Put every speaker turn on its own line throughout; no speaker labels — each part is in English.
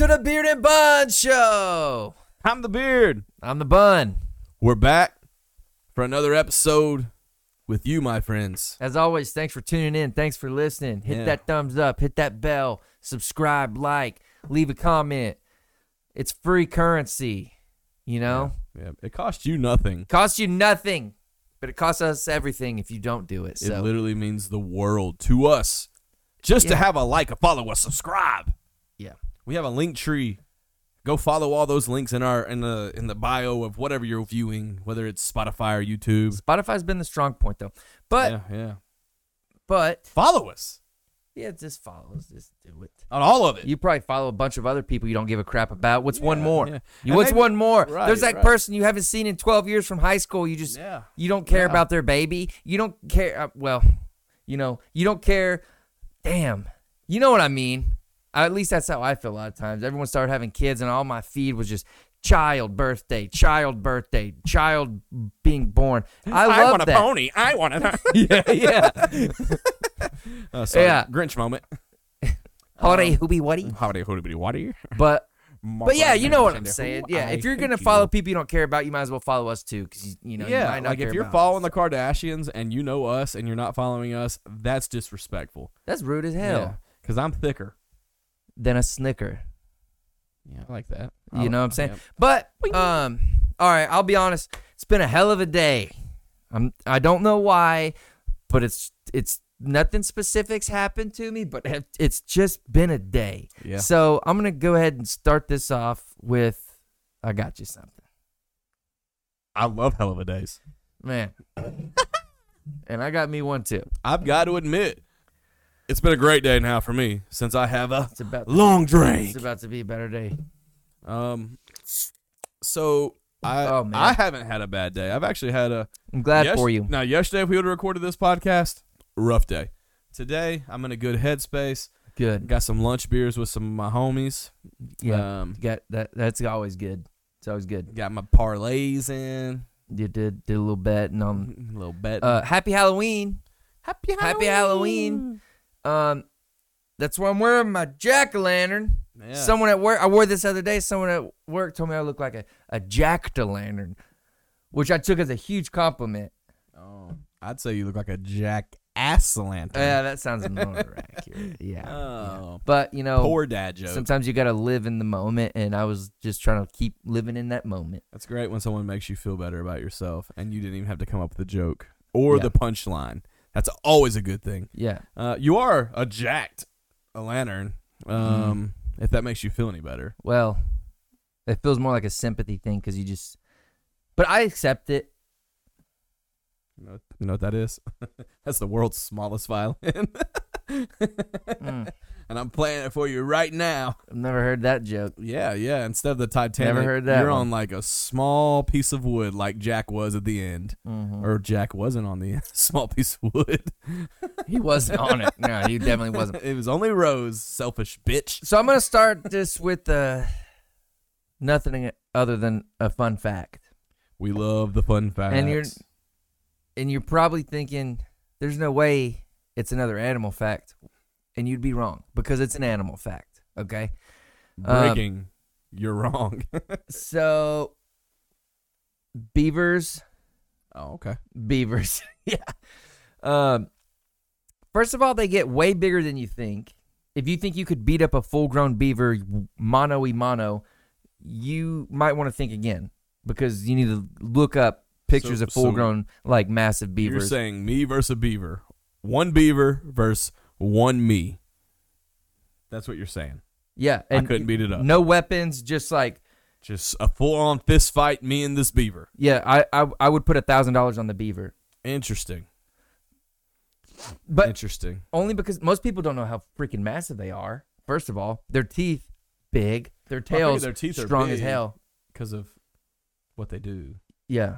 and Bun Show.
I'm the beard.
I'm the Bun.
We're back for another episode with you, my friends.
As always, thanks for tuning in. Thanks for listening. Hit
Yeah.
that thumbs up, hit that bell, subscribe, like, leave a comment. It's free currency, you know?
Yeah, it costs you nothing.
Costs you nothing, but it costs us everything if you don't do it. So
It literally means the world to us. Just to
Yeah.
have a like, a follow, a subscribe.
Yeah.
We have a link tree. Go follow all those links in our in the in the bio of whatever you're viewing, whether it's Spotify or YouTube.
Spotify's been the strong point though. But
yeah, yeah.
but
Follow us
yeah, just follow us. Just do it.
on all of it.
You probably follow a bunch of other people you don't give a crap about. What's one
Yeah,
more?
yeah.
You,
And
what's
maybe-
one more?
right,
There's that
right.
person you haven't seen in 12 years from high school. You just
Yeah.
you don't care
Yeah.
about their baby. You don't care. Uh, well, you know you don't care. Damn, you know what I mean. Uh, At least that's how I feel a lot of times. Everyone started having kids, and all my feed was just child birthday, child birthday, child being born. I love
want a
that.
pony. I want a yeah, yeah. uh, sorry,
Yeah.
Grinch moment. Um,
Howdy, hooby, whatty.
Howdy, hoody, waddy.
But But yeah, you know what I'm
Alexander,
saying.
who
Yeah,
I
if you're
hate
gonna
you.
follow people you don't care about, you might as well follow us too, because you, you know you
yeah,
might not
like if
care
you're
about
following the Kardashians and you know us and you're not following us, that's disrespectful.
us. that's rude as hell.
because I'm thicker.
Than a snicker,
Yeah, I like that.
you know what I'm saying.
yeah.
But um, all right, I'll be honest. It's been a hell of a day. I'm I don't know why, but it's it's nothing specifics happened to me, but it- it's just been a day.
Yeah.
So I'm gonna go ahead and start this off with I got you something,
I love hell of a days.
man. and I got me one too.
I've got to admit, it's been a great day now for me since I have a
It's about
long
it's
drink.
about to be a better day.
Um, so I
Oh, man.
I haven't had a bad day. I've actually had a
I'm glad
Yes-
for you.
Now, yesterday, if we would have recorded this podcast, rough day. Today, I'm in a good headspace.
Good.
Got some lunch beers with some of my homies.
Yeah.
Um,
got that. That's always good. It's always good.
got my parlays in.
You did did a little bet and um.
A little bet.
Uh, happy Halloween.
happy
happy Halloween. Um, that's why I'm wearing my jack o' lantern.
Yeah.
Someone at work, I wore this other day. Someone at work told me I look like a a jack o' lantern, which I took as a huge compliment.
Oh, I'd say you look like a jackass lantern.
Yeah, that sounds more accurate. Yeah.
oh,
But you know,
poor dad joke.
sometimes you gotta live in the moment, and I was just trying to keep living in that moment.
That's great when someone makes you feel better about yourself and you didn't even have to come up with a joke or
Yeah.
the punchline. That's always a good thing.
Yeah.
Uh, you are a jacked a lantern.
Mm.
Um, if that makes you feel any better.
Well, it feels more like a sympathy thing because you just. But I accept it.
You know, you know what that is? That's the world's smallest violin.
Mm.
and I'm playing it for you right now.
I've never heard that joke.
Yeah, yeah. Instead of the Titanic,
heard that
you're
one.
on like a small piece of wood like Jack was at the end.
Mhm.
Or Jack wasn't on the end. Small piece of wood.
He wasn't on it. No, he definitely wasn't.
it was only Rose, selfish bitch.
So I'm gonna start this with uh, nothing other than a fun fact,
We love the fun facts.
And you're- and you're probably thinking there's no way it's another animal fact, and you'd be wrong because it's an animal fact. Okay. um,
breaking. you're wrong.
So beavers
oh, okay.
beavers. yeah. Um, first of all, they get way bigger than you think. If you think you could beat up a full-grown beaver mano y mano, you might want to think again because you need to look up pictures
So-
of full-grown like massive
You're
beavers.
saying me versus beaver. One beaver versus one me. That's what you're saying.
yeah,
I couldn't beat it up.
No weapons, just like
Just a full on fist fight, me and this beaver.
yeah. I I, I would put a thousand dollars on the beaver,
Interesting.
but
Interesting.
only because most people don't know how freaking massive they are. First of all, their teeth big, their
figure
tails
their teeth are
strong as
big.
hell.
Because of what they do.
Yeah.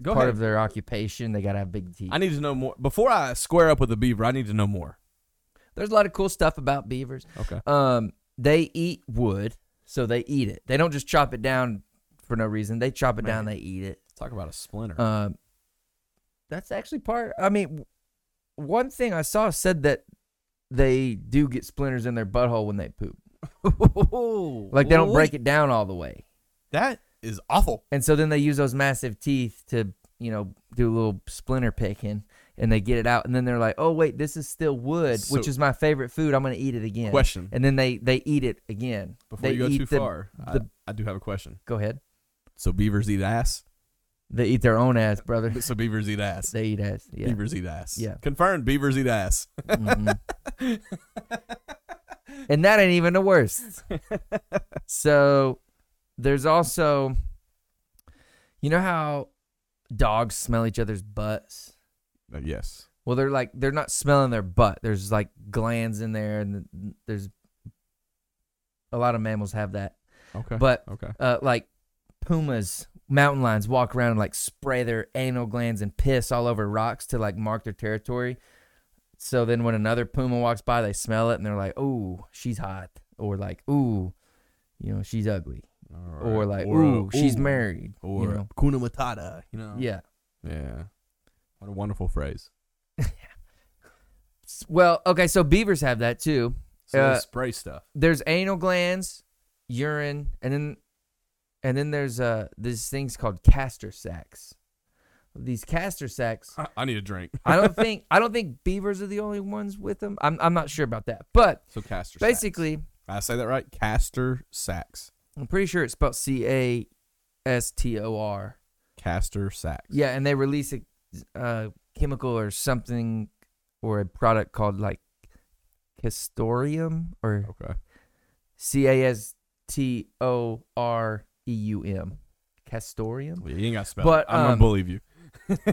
Go
part
ahead.
of their occupation. They gotta have big teeth.
I need to know more. Before I square up with the beaver, I need to know more.
There's a lot of cool stuff about beavers.
Okay.
Um, they eat wood, so they eat it. They don't just chop it down for no reason. They chop it down. They eat it.
Talk about a splinter.
Um, that's actually part. I mean, w- one thing I saw said that they do get splinters in their butthole when they poop. Like they don't break it down all the way.
That is awful.
And so then they use those massive teeth to, you know, do a little splinter picking and they get it out and then they're like, "Oh wait, this is still wood,
So-
which is my favorite food. I'm going to eat it again."
Question.
And then they they eat it again.
Before
they
you go
eat
too
the-
far, I-
the-
I, do have a question.
Go ahead.
So beavers eat ass.
They eat their own ass, brother.
So beavers eat ass.
they eat ass. Yeah.
Beavers eat ass.
Yeah.
Confirmed. Beavers eat ass. Uh,
Mhm. and that ain't even the worst. so there's also, you know how dogs smell each other's butts?
Uh, yes.
Well, they're like, they're not smelling their butt. There's like glands in there, and th- there's a lot of mammals have that.
Okay.
But
okay.
uh, like pumas, mountain lions walk around and like spray their anal glands and piss all over rocks to like mark their territory. So then when another puma walks by, they smell it and they're like, "Ooh, she's hot," or like, "Ooh, you know, she's ugly," or like,
Or, uh,
"Ooh, she's
ooh,
married,"
Or
you know.
kuna matata. You know.
Yeah.
Yeah. What a wonderful phrase.
S- Well, okay, so beavers have that too.
So
Uh,
they spray stuff.
There's anal glands, urine, and then and then there's uh these things called castor sacs. These castor sacs
I, I need a drink.
I don't think I don't think beavers are the only ones with them. I'm I'm not sure about that, but
So caster. sacks.
basically,
I say that right. Caster sacks.
I'm pretty sure it's spelled C A S T O R.
Caster sacks.
Yeah, and they release a, a chemical or something or a product called like castorium or
Okay.
C A S T O R E U M. Castorium.
Well, you ain't got to spell.
But,
it. I'm gonna
um,
believe you.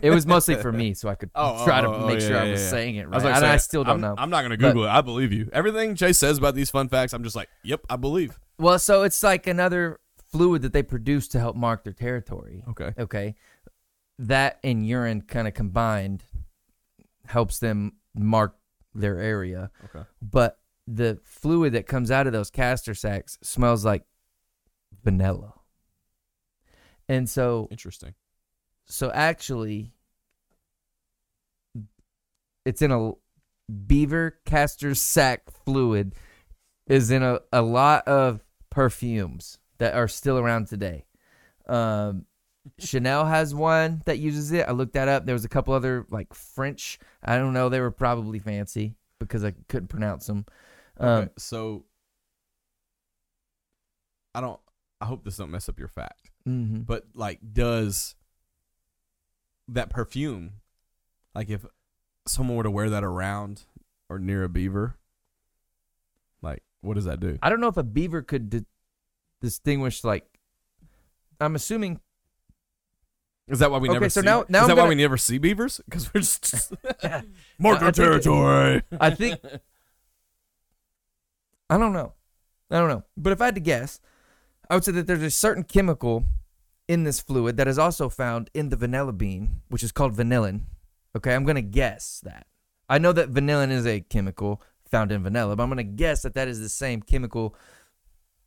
It was mostly for me, so I could
Oh, oh,
try to
oh, oh,
make
yeah,
sure I
yeah,
was
yeah.
saying it right.
I was like,
and I
saying,
still don't
I'm,
know.
I'm not gonna
But-
Google it. I believe you. Everything Jay says about these fun facts, I'm just like, yep, I believe.
Well, so it's like another fluid that they produce to help mark their territory.
Okay.
Okay. That and urine kind of combined helps them mark their area.
Okay.
But the fluid that comes out of those castor sacs smells like vanilla. And so
Interesting.
so actually it's in a beaver castor sac fluid is in a, a lot of perfumes that are still around today um chanel has one that uses it i looked that up there was a couple other like french i don't know they were probably fancy because i couldn't pronounce them um
okay. So I don't. I hope this don't mess up your fact.
mhm.
But like, does that perfume, like, if someone were to wear that around or near a beaver, like, what does that do?
I don't know if a beaver could di- distinguish like. I'm assuming
Is that why we
Okay,
never?
so
see,
now- now
is that
I'm
why
gonna-
we never see beavers? Because we're just
I
mark our
think that-
territory.
I think I don't know. I don't know. But if I had to guess, I would say that there's a certain chemical in this fluid that is also found in the vanilla bean, which is called vanillin. Okay, I'm going to guess that. I know that vanillin is a chemical found in vanilla, but I'm going to guess that that is the same chemical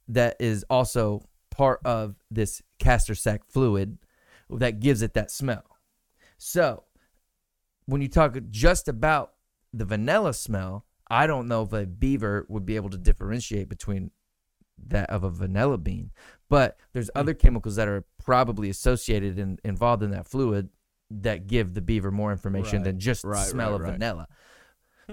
that is also part of this castor sac fluid that gives it that smell. So, when you talk just about the vanilla smell, I don't know if a beaver would be able to differentiate between that of a vanilla bean. But there's other
Mm.
chemicals that are probably associated and involved in that fluid that give the beaver more information
Right,
than just the
right,
smell
right,
of
right. Hmm.
vanilla.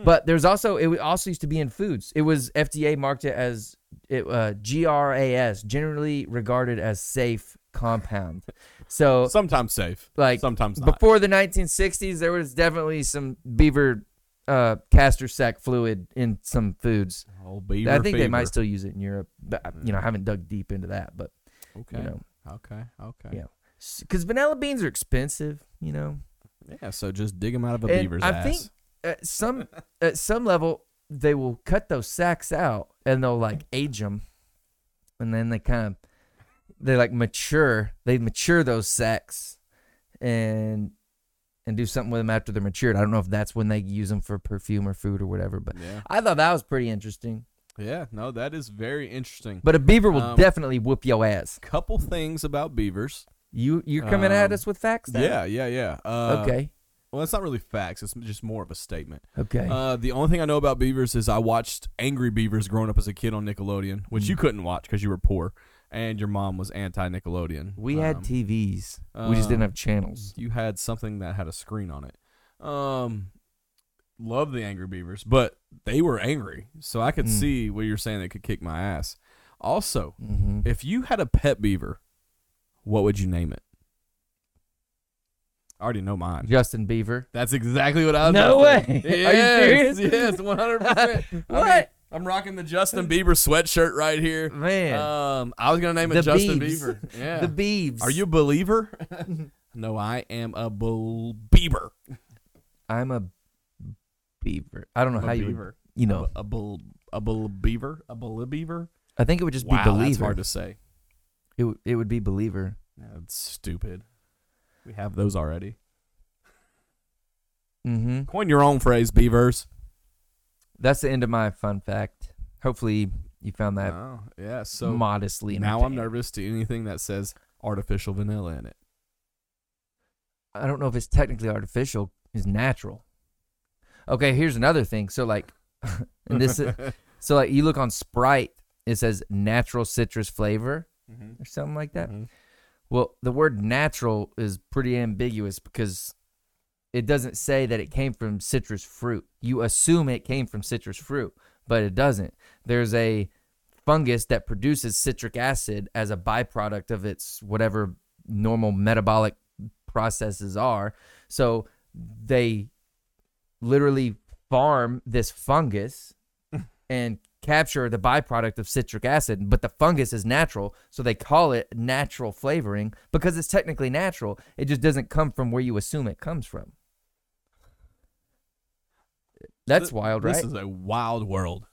But there's also it also used to be in foods. It was FDA marked it as it uh, GRAS, generally regarded as safe compound. So
sometimes safe,
like
sometimes not.
before the 1960s there was definitely some beaver uh, castor sac fluid in some foods
Old beaver
i think they might
fever.
still use it in europe but I- you know i haven't dug deep into that but
Okay.
you know
Okay. Okay.
Yeah. because vanilla beans are expensive you know
Yeah, so just dig them out of a
And
beaver's
I
ass.
think at some at some level they will cut those sacks out and they'll like age them, and then they kind of they like mature. They mature those sacks and and do something with them after they're matured. I don't know if that's when they use them for perfume or food or whatever, but
yeah.
I thought that was pretty interesting.
Yeah, no, that is very interesting.
But a beaver will
Um,
definitely whoop your ass.
Couple things about beavers.
You you're coming at
um,
us with facts. now?
Yeah, yeah, yeah. Uh,
Okay.
Well, that's not really facts. It's just more of a statement.
Okay.
Uh, the only thing I know about beavers is I watched Angry Beavers growing up as a kid on Nickelodeon, which
Mm.
you couldn't watch because you were poor and your mom was anti Nickelodeon.
we had TVs. we just
um,
didn't have channels.
you had something that had a screen on it. Um, love the Angry Beavers, but they were angry, so I could
Mm.
see what you're saying. They could kick my ass. Also,
hmm
if you had a pet beaver, what would you name it? I already know mine.
Justin Beaver.
That's exactly what I was.
No
gonna
way.
say.
Are you
Yes,
serious?
Yes, one hundred percent.
What?
I'm rocking the Justin Bieber sweatshirt right here.
Man.
Um, I was gonna name it
The
Justin
Biebs.
Bieber. Yeah.
The Beeves.
Are you a believer? no, I am a bel- Bieber.
I'm a beaver. I don't know
A
how you would,
beaver.
you know.
A bel- a bel- beaver. A bel- beaver.
I think it would just
wow,
be believer.
that's hard to say.
It would it would be believer.
That's stupid. We have those already.
Mm-hmm.
Coin your own phrase, beavers.
That's the end of my fun fact. Hopefully you found that
Oh, yeah. So
modestly.
now I'm
entertaining.
nervous to anything that says artificial vanilla in it.
I don't know if it's technically artificial. It's natural. Okay, here's another thing. So like, and this is- so like you look on Sprite, it says natural citrus flavor or something like that.
Mhm.
Well, the word natural is pretty ambiguous because it doesn't say that it came from citrus fruit. You assume it came from citrus fruit, but it doesn't. There's a fungus that produces citric acid as a byproduct of its whatever normal metabolic processes are. So they literally farm this fungus and capture the byproduct of citric acid, but the fungus is natural, so they call it natural flavoring because it's technically natural. It just doesn't come from where you assume it comes from. That's
Th-
wild, right?
This is a wild world.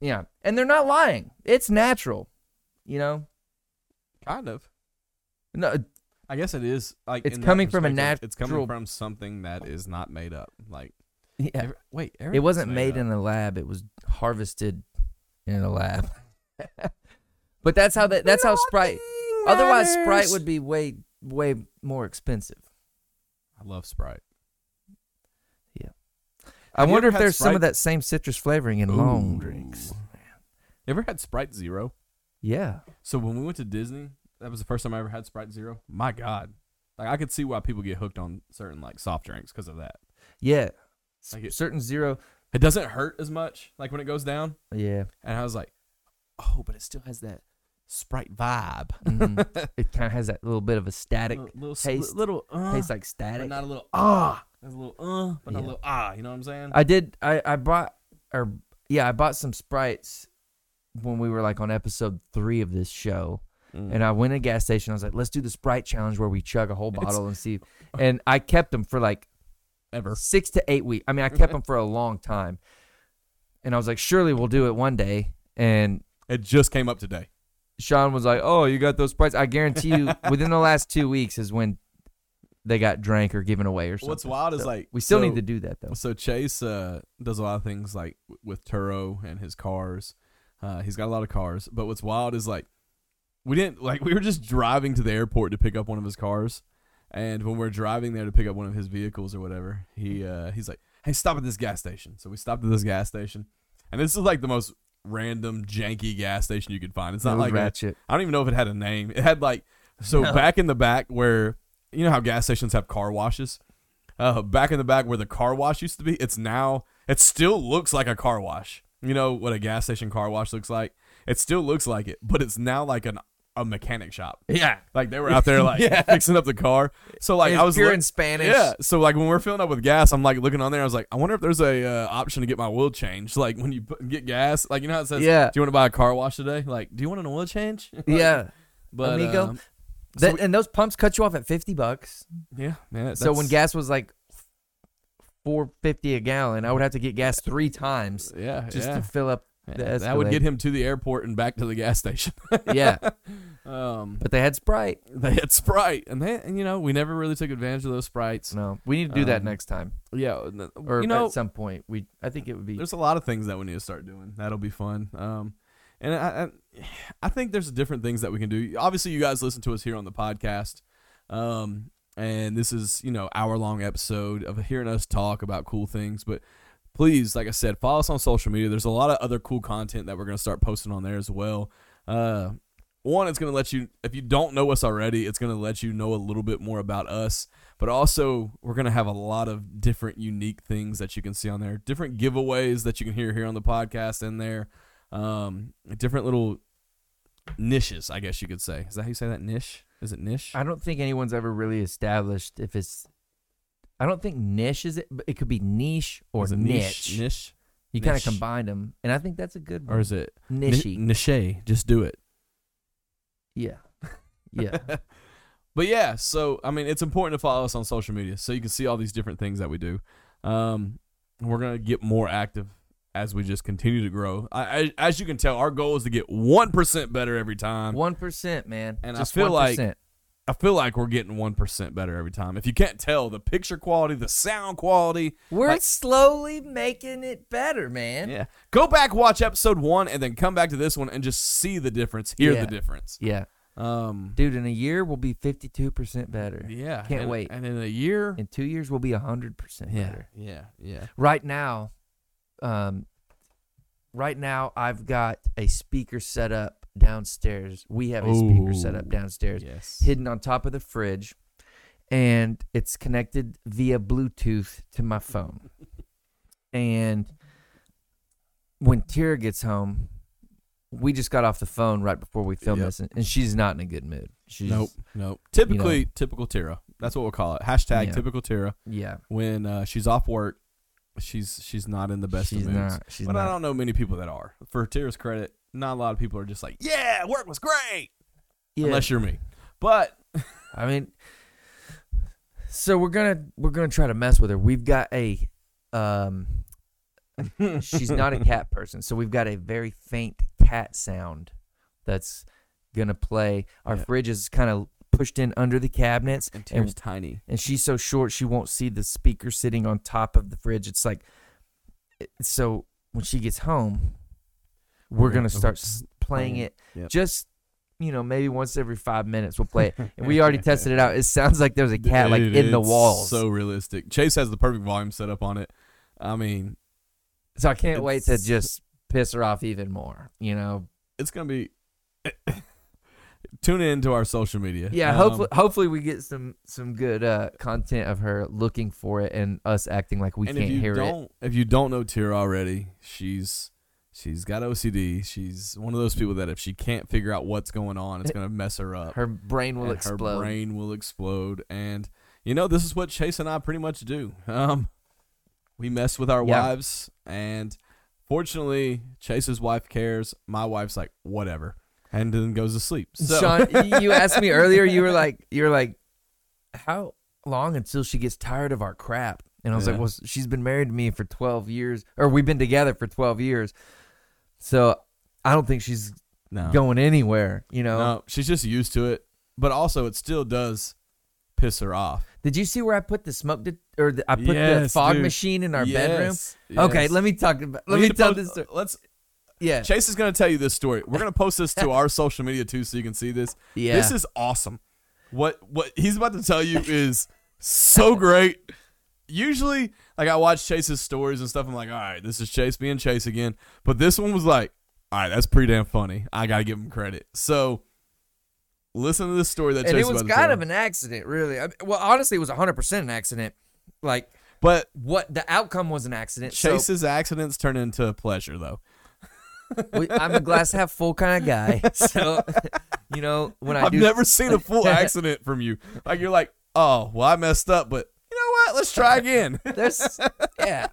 yeah. And they're not lying. It's natural. You know?
Kind of.
No, uh,
I guess it is. Like
It's
in that
coming from a
perspective, It's coming
natural-
from something that is not made up. Like
yeah.
every- wait,
It
everything's
wasn't made
up.
in a lab. It was harvested in a lab. but that's how that, that's how Sprite. Otherwise, Sprite would be way way more expensive.
I love Sprite.
I
Have you
wonder
ever
if
had
there's some of
Sprite?
that same citrus flavoring in long drinks.
Ooh. You ever had Sprite Zero?
Yeah.
So when we went to Disney, that was the first time I ever had Sprite Zero. My God, like I could see why people get hooked on certain like soft drinks because of that.
Yeah.
Like it,
Certain zero.
it doesn't hurt as much like when it goes down.
Yeah.
And I was like, oh, but it still has that Sprite vibe.
Mhm. it kind of has that little bit of a static.
Little, little, sp-
taste-
little uh,
tastes like
but
static.
not a little ah. There's a little uh, but not a
Yeah.
little ah. You know what I'm saying?
I did. I I bought or yeah, I bought some sprites when we were like on episode three of this show.
Mm.
And I went to a gas station. I was like, "Let's do the Sprite challenge where we chug a whole
It's-
bottle and see." And I kept them for like
ever.
six to eight weeks. I mean, I kept them for a long time. And I was like, "Surely we'll do it one day." And
It just came up today.
Sean was like, "Oh, you got those Sprites?" I guarantee you, within the last two weeks is when they got drank or given away or something.
What's wild is
So,
like
we still
so-
need to do that though.
So Chase uh, does a lot of things like w- with Turo and his cars. Uh, he's got a lot of cars, but what's wild is like we didn't like we were just driving to the airport to pick up one of his cars, and when we're driving there to pick up one of his vehicles or whatever, he
Mm.
uh, he's like, "Hey, stop at this gas station." So we stopped at this gas station, and this is like the most random janky gas station you could find. It's
It
not
was
like a,
ratchet.
I don't even know if it had a name. It had like so back in the back where you know how gas stations have car washes. Uh, back in the back where the car wash used to be, it's now it still looks like a car wash. You know what a gas station car wash looks like? It still looks like it, but it's now like an a mechanic shop.
yeah,
Like they were out there like fixing up the car. So like
It's
I was
pure
look-
in Spanish.
Yeah. So like when we're filling up with gas, I'm like looking on there. I was like, I wonder if there's a uh, option to get my oil changed. Like when you put, get gas, like you know how it says,
Yeah.
Do you want to buy a car wash today? Like, do you want an oil change? Like,
yeah.
but
Amigo.
um,
That-
we-
and those pumps cut you off at fifty bucks.
yeah, man.
So when
that's-
gas was like four fifty a gallon, I would have to get gas three times
yeah,
just
yeah,
to fill up.
yeah,
the
that would
Escalade.
get him to the airport and back to the gas station.
Yeah,
um,
but they had Sprite.
they had Sprite, and they, and, you know, we never really took advantage of those Sprites.
No, we need to do that
Um,
next time,
Yeah, n-
or
you know,
at some point. We, I think it would be.
there's a lot of things that we need to start doing. That'll be fun. Um, and I, I, I think there's different things that we can do. Obviously, you guys listen to us here on the podcast. Um, and this is you know hour long episode of hearing us talk about cool things but please like i said follow us on social media there's a lot of other cool content that we're going to start posting on there as well uh, one it's going to let you if you don't know us already it's going to let you know a little bit more about us but also we're going to have a lot of different unique things that you can see on there different giveaways that you can hear here on the podcast and there um, different little niches i guess you could say is that how you say that niche is it niche
I don't think anyone's ever really established if it's. I don't think niche is it. But it could be niche or
Is it
niche.
niche niche
You kind of
Niche.
combine them, and I think that's a good
or
one.
is it ni-
Nichey.
niche? Just do it.
yeah, yeah.
but yeah, so I mean, it's important to follow us on social media so you can see all these different things that we do. Um, and we're gonna get more active as we just continue to grow. I, I as you can tell, our goal is to get one percent better every time.
One percent, man.
And I
Just
feel like-
1%.
I feel like we're getting one percent better every time. If you can't tell, the picture quality, the sound quality,
we're
like-
slowly making it better, man.
yeah. Go back, watch episode one, and then come back to this one and just see the difference, hear
Yeah.
the difference.
Yeah.
Um,
dude. In a year, we'll be fifty-two percent better.
yeah,
Can't
and-
wait.
And in a year,
In two years, we'll be hundred percent
yeah,
better.
yeah, yeah.
Right now, um, right now I've got a speaker set up downstairs. We have a speaker set up
Ooh.
downstairs.
Yes.
hidden on top of the fridge and it's connected via Bluetooth to my phone. and when Tira gets home, we just got off the phone right before we filmed
Yep.
this, and, and she's not in a good mood. She's,
Nope. Nope. Typically, typical Tara. That's what we'll call it. Hashtag
Yeah.
typical Tara.
Yeah.
When uh, she's off work, she's she's not in the best
she's
of moods.
not. She's
but I
not.
don't know many people that are. For Tara's credit, not a lot of people are just like, "Yeah, work was great,"
Yeah.
unless you're me. But
I mean, so we're gonna we're gonna try to mess with her. We've got a, um, she's not a cat person, so we've got a very faint cat sound that's gonna play. Our
Yeah.
fridge is kind of pushed in under the cabinets,
and Tara's
and,
tiny.
and she's so short she won't see the speaker sitting on top of the fridge. It's like, it- so when she gets home, we're gonna start s- playing it
Yep.
just. You know, maybe once every five minutes we'll play it. And we already tested it out. It sounds like there's a cat like
Dude,
in the
it's
walls.
So realistic. Chase has the perfect volume set up on it. I mean,
So I can't wait to
It's-
just piss her off even more. You know.
it's gonna be. Tune in to our social media.
Yeah.
Um,
hopefully, hopefully we get some some good uh, content of her looking for it and us acting like we
and
can't
if you
hear it.
don't, If you don't know Tira already, she's she's got OCD. She's one of those people that if she can't figure out what's going on, it's gonna mess her up.
Her brain will
and
explode.
Her brain will explode. And you know, this is what Chase and I pretty much do. Um, we mess with our
Yeah.
wives, and fortunately, Chase's wife cares. My wife's like, whatever, and then goes to sleep. So
Sean, you asked me earlier. You were like, you were like, how long until she gets tired of our crap? And I was like,
Yeah.
well, she's been married to me for twelve years, or we've been together for twelve years, so I don't think she's
no,
going anywhere. You know.
no, she's just used to it. But also, it still does piss her off.
Did you see where I put the smoke det or the, I put the
Yes,
fog
dude.
machine in our bedroom?
Yes,
Okay,
yes.
let me talk about.
We
Let me
need to
tell
post-
this. Story.
Let's.
Yeah,
Chase is going to tell you this story. We're going to post this to our social media too, so you can see this.
yeah.
This is awesome. What what he's about to tell you is so great. Usually, like I watch Chase's stories and stuff. I'm like, all right, this is Chase being Chase again. But this one was like, all right, that's pretty damn funny. I got to give him credit. So listen to this story that
and
Chase
it was
about to
kind
tell
of an accident, really. I, well, honestly, it was 100 percent an accident. Like
But
what the outcome was an accident. so
Chase's accidents turn into pleasure though.
we, I'm a glass half full kind of guy. So you know when I
I've
do,
never seen a full accident from you. Like you're like, oh, well, I messed up, but you know what? Let's try again.
there's yeah.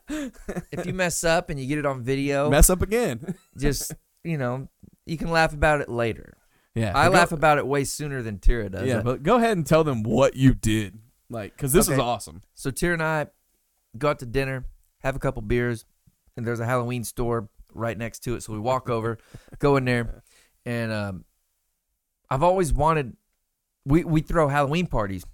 If you mess up and you get it on video,
Mess up again.
just you know you can laugh about it later.
Yeah,
I
but go-
laugh about it way sooner than Tira does.
Yeah,
I-
but go ahead and tell them what you did, like, because this is
Okay.
awesome.
So Tyr and I go out to dinner, have a couple beers, and there's a Halloween store right next to it. So we walk over, go in there, and um, I've always wanted. We we throw Halloween parties,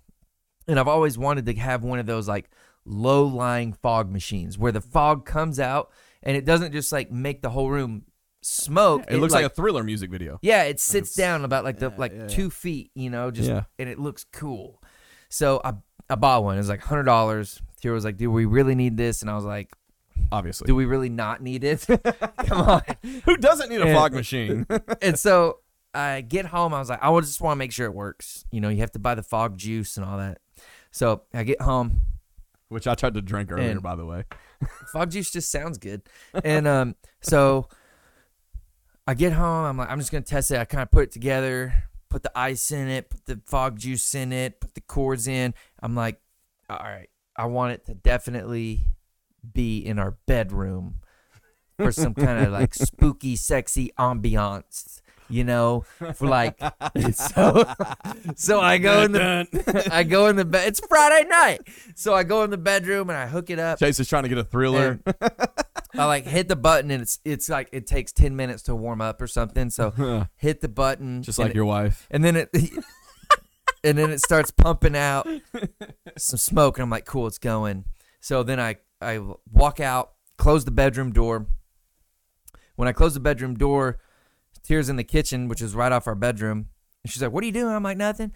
and I've always wanted to have one of those like low lying fog machines where the fog comes out and it doesn't just like make the whole room smoke.
It, looks like, a thriller music video.
yeah, it sits
it's-
down about like the
yeah,
like
yeah, yeah.
two feet, you know, just
Yeah.
and it looks cool. So I I bought one. It was like hundred dollars. Tira was like, "Do we really need this?" And I was like,
Obviously,
"Do we really not need it?" Come on.
who doesn't need a
Yeah.
fog machine?
and so I get home. I was like, I would just want to make sure it works. You know, you have to buy the fog juice and all that. So I get home.
Which I tried to drink earlier,
And-
by the way.
Fog juice just sounds good. And um, so I get home. I'm like, I'm just gonna test it. I kind of put it together, put the ice in it, put the fog juice in it, put the cords in. I'm like, all right, I want it to definitely be in our bedroom for some kind of like spooky, sexy ambiance. You know, for like so. So I go in the I go in the bed. It's Friday night, so I go in the bedroom and I hook it up.
Chase is trying to get a thriller.
I like hit the button and it's it's like it takes ten minutes to warm up or something. So hit the button,
Just
and it,
like your wife.
and then it, and then it starts pumping out some smoke, and I'm like, cool, it's going. So then I I walk out, close the bedroom door. When I close the bedroom door, tears in the kitchen, which is right off our bedroom, and she's like, "What are you doing?" I'm like, "Nothing."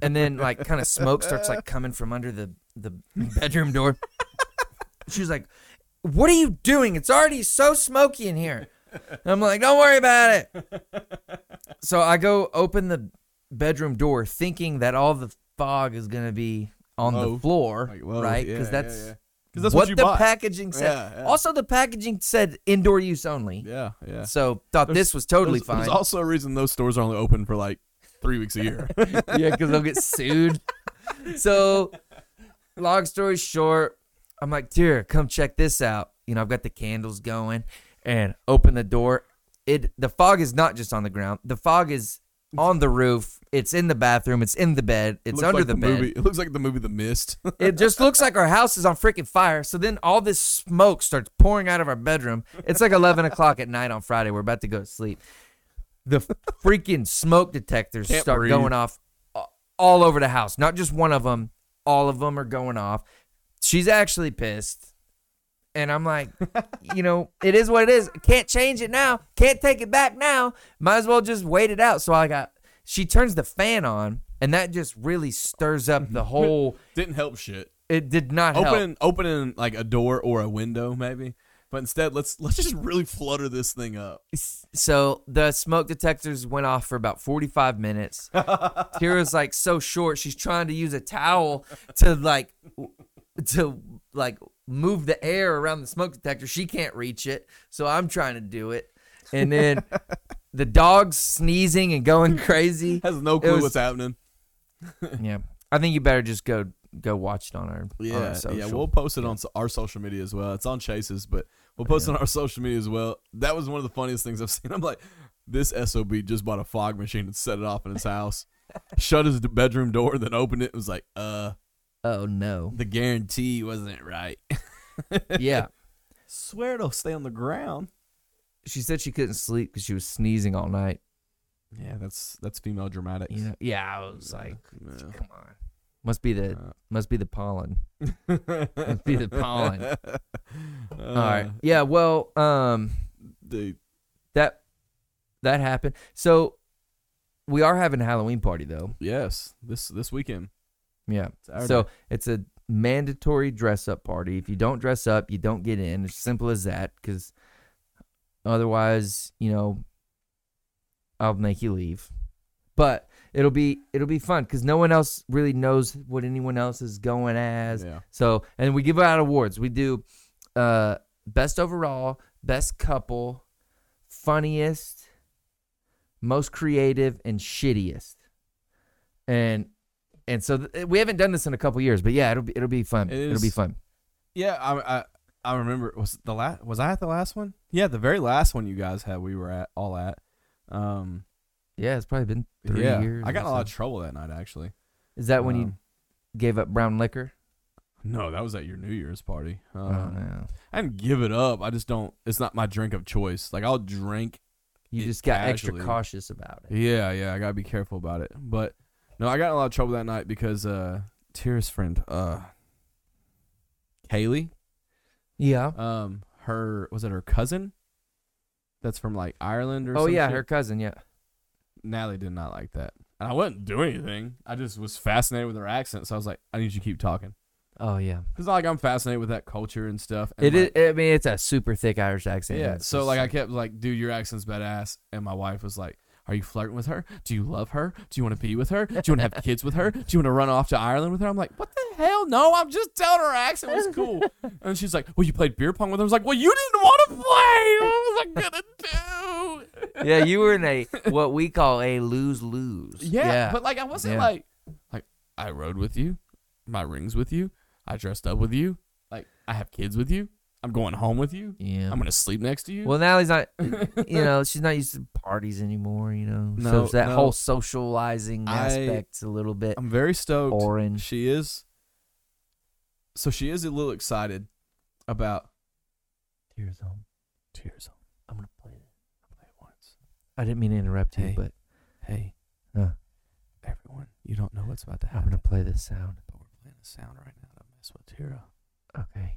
And then like kind of smoke starts like coming from under the the bedroom door. She's like, "What are you doing? It's already so smoky in here." And I'm like, "Don't worry about it." So I go open the bedroom door, thinking that all the fog is gonna be on
Low.
the floor,
Oh. Like, low.
right?
Yeah,
Because
yeah,
that's
yeah. 'Cause that's what
what,
you
the
bought.
packaging said.
Yeah, yeah.
Also, the packaging said indoor use only.
Yeah, yeah.
So thought
There's-
this was totally
there's,
fine.
There's also a reason those stores are only open for like three weeks a year.
yeah, because they'll get sued. so, long story short, I'm like, dear, come check this out. You know, I've got the candles going, and open the door. It the fog is not just on the ground. The fog is on the roof. It's in the bathroom. It's in the bed. It's
Looks
under
like
the, bed.
movie. It looks like the movie The Mist.
It just looks like our house is on freaking fire. So then all this smoke starts pouring out of our bedroom. It's like 11 o'clock at night on Friday. We're about to go to sleep. The freaking smoke detectors
Can't
start
breathe.
going off a- all over the house. Not just one of them, all of them are going off. She's actually pissed. And I'm like, you know, it is what it is. Can't change it now. Can't take it back now. Might as well just wait it out. So I got, she turns the fan on, and that just really stirs up the whole.
Didn't help shit.
It did not help.
Opening opening like a door or a window maybe, but instead let's let's just really flutter this thing up.
So the smoke detectors went off for about 45 minutes. Tira's like so short, she's trying to use a towel to like w- to like move the air around the smoke detector. She can't reach it, so I'm trying to do it. And then the dog's sneezing and going crazy.
Has no
It
clue
was-
what's happening.
Yeah. I think you better just go go watch it on our on our
Yeah,
social.
yeah. We'll post it on so- our social media as well. It's on Chase's, but we'll post it on our social media as well. That was one of the funniest things I've seen. I'm like, this sob just bought a fog machine and set it off in his house, shut his d- bedroom door, then opened it. and was like, uh,
oh no.
the guarantee wasn't right.
Yeah.
Swear it'll stay on the ground.
She said she couldn't sleep cuz she was sneezing all night.
Yeah, that's that's female dramatics.
You know? Yeah, I was like
Yeah.
Come on. Must be the must be the pollen. Must be the pollen. All
Uh,
right. Yeah, well, um
Dude,
that that happened. So we are having a Halloween party though.
yes, this this weekend.
Yeah.
It's our
so
day.
it's a mandatory dress up party. If you don't dress up, you don't get in. It's simple as that cuz otherwise, you know, I'll make you leave. But it'll be it'll be fun cuz no one else really knows what anyone else is going as.
yeah,
So, and we give out awards. We do uh best overall, best couple, funniest, most creative, and shittiest. And and so th- we haven't done this in a couple years, but yeah, it'll be it'll be fun.
It
It will be
is-
fun.
yeah. I I, I remember was the last was I at the last one? Yeah, the very last one you guys had. We were at all at. Um,
Yeah, it's probably been three
yeah,
years.
I got in
or
a lot of
so.
trouble that night actually.
Is that when you
Um,
gave up brown liquor?
No, that was at your New Year's party. Um,
oh no,
I didn't give it up. I just don't. It's not my drink of choice. Like I'll drink
you
it
just got extra
casually-
cautious about it.
Yeah, yeah, I gotta be careful about it. But no, I got in a lot of trouble that night because uh Tira's friend, uh Haley,
Yeah.
um, her was it her cousin? That's from like Ireland or
Oh
some
yeah,
shit?
her cousin. Yeah.
Natalie did not like that. and I wasn't doing anything. I just was fascinated with her accent, so I was like, I need you to keep talking.
Oh yeah,
It's not like I'm fascinated with that culture and stuff. And
it
like,
is. I mean, it's a super thick Irish accent.
Yeah.
It's
So
just-
like I kept like, dude, your accent's badass, and my wife was like, Are you flirting with her? Do you love her? Do you want to be with her? Do you want to have kids with her? Do you want to run off to Ireland with her? I'm like, What the hell? No, I'm just telling her her accent was cool. and she's like, Well, you played beer pong with her. I was like, Well, you didn't want to play. What was I gonna do?
yeah, you were in a what we call a lose lose.
Yeah, but like I wasn't
Yeah.
like like I rode with you, my rings with you, I dressed up with you, like I have kids with you, I'm going home with you,
yeah.
I'm gonna sleep next to you.
well, now he's not. You know, she's not used to parties anymore. You know, so
No,
it's that
no.
whole socializing
I-
aspect's a little bit
I'm very stoked.
orange.
She is. So she is a little excited about
Tears home.
tears.
I'm gonna play this.
Play it once.
I didn't mean to interrupt you,
Hey.
but
Hey,
Huh.
everyone, you don't know what's about to
I'm
happen,
gonna play this sound.
but we're playing a sound right now to mess with Tira.
Okay,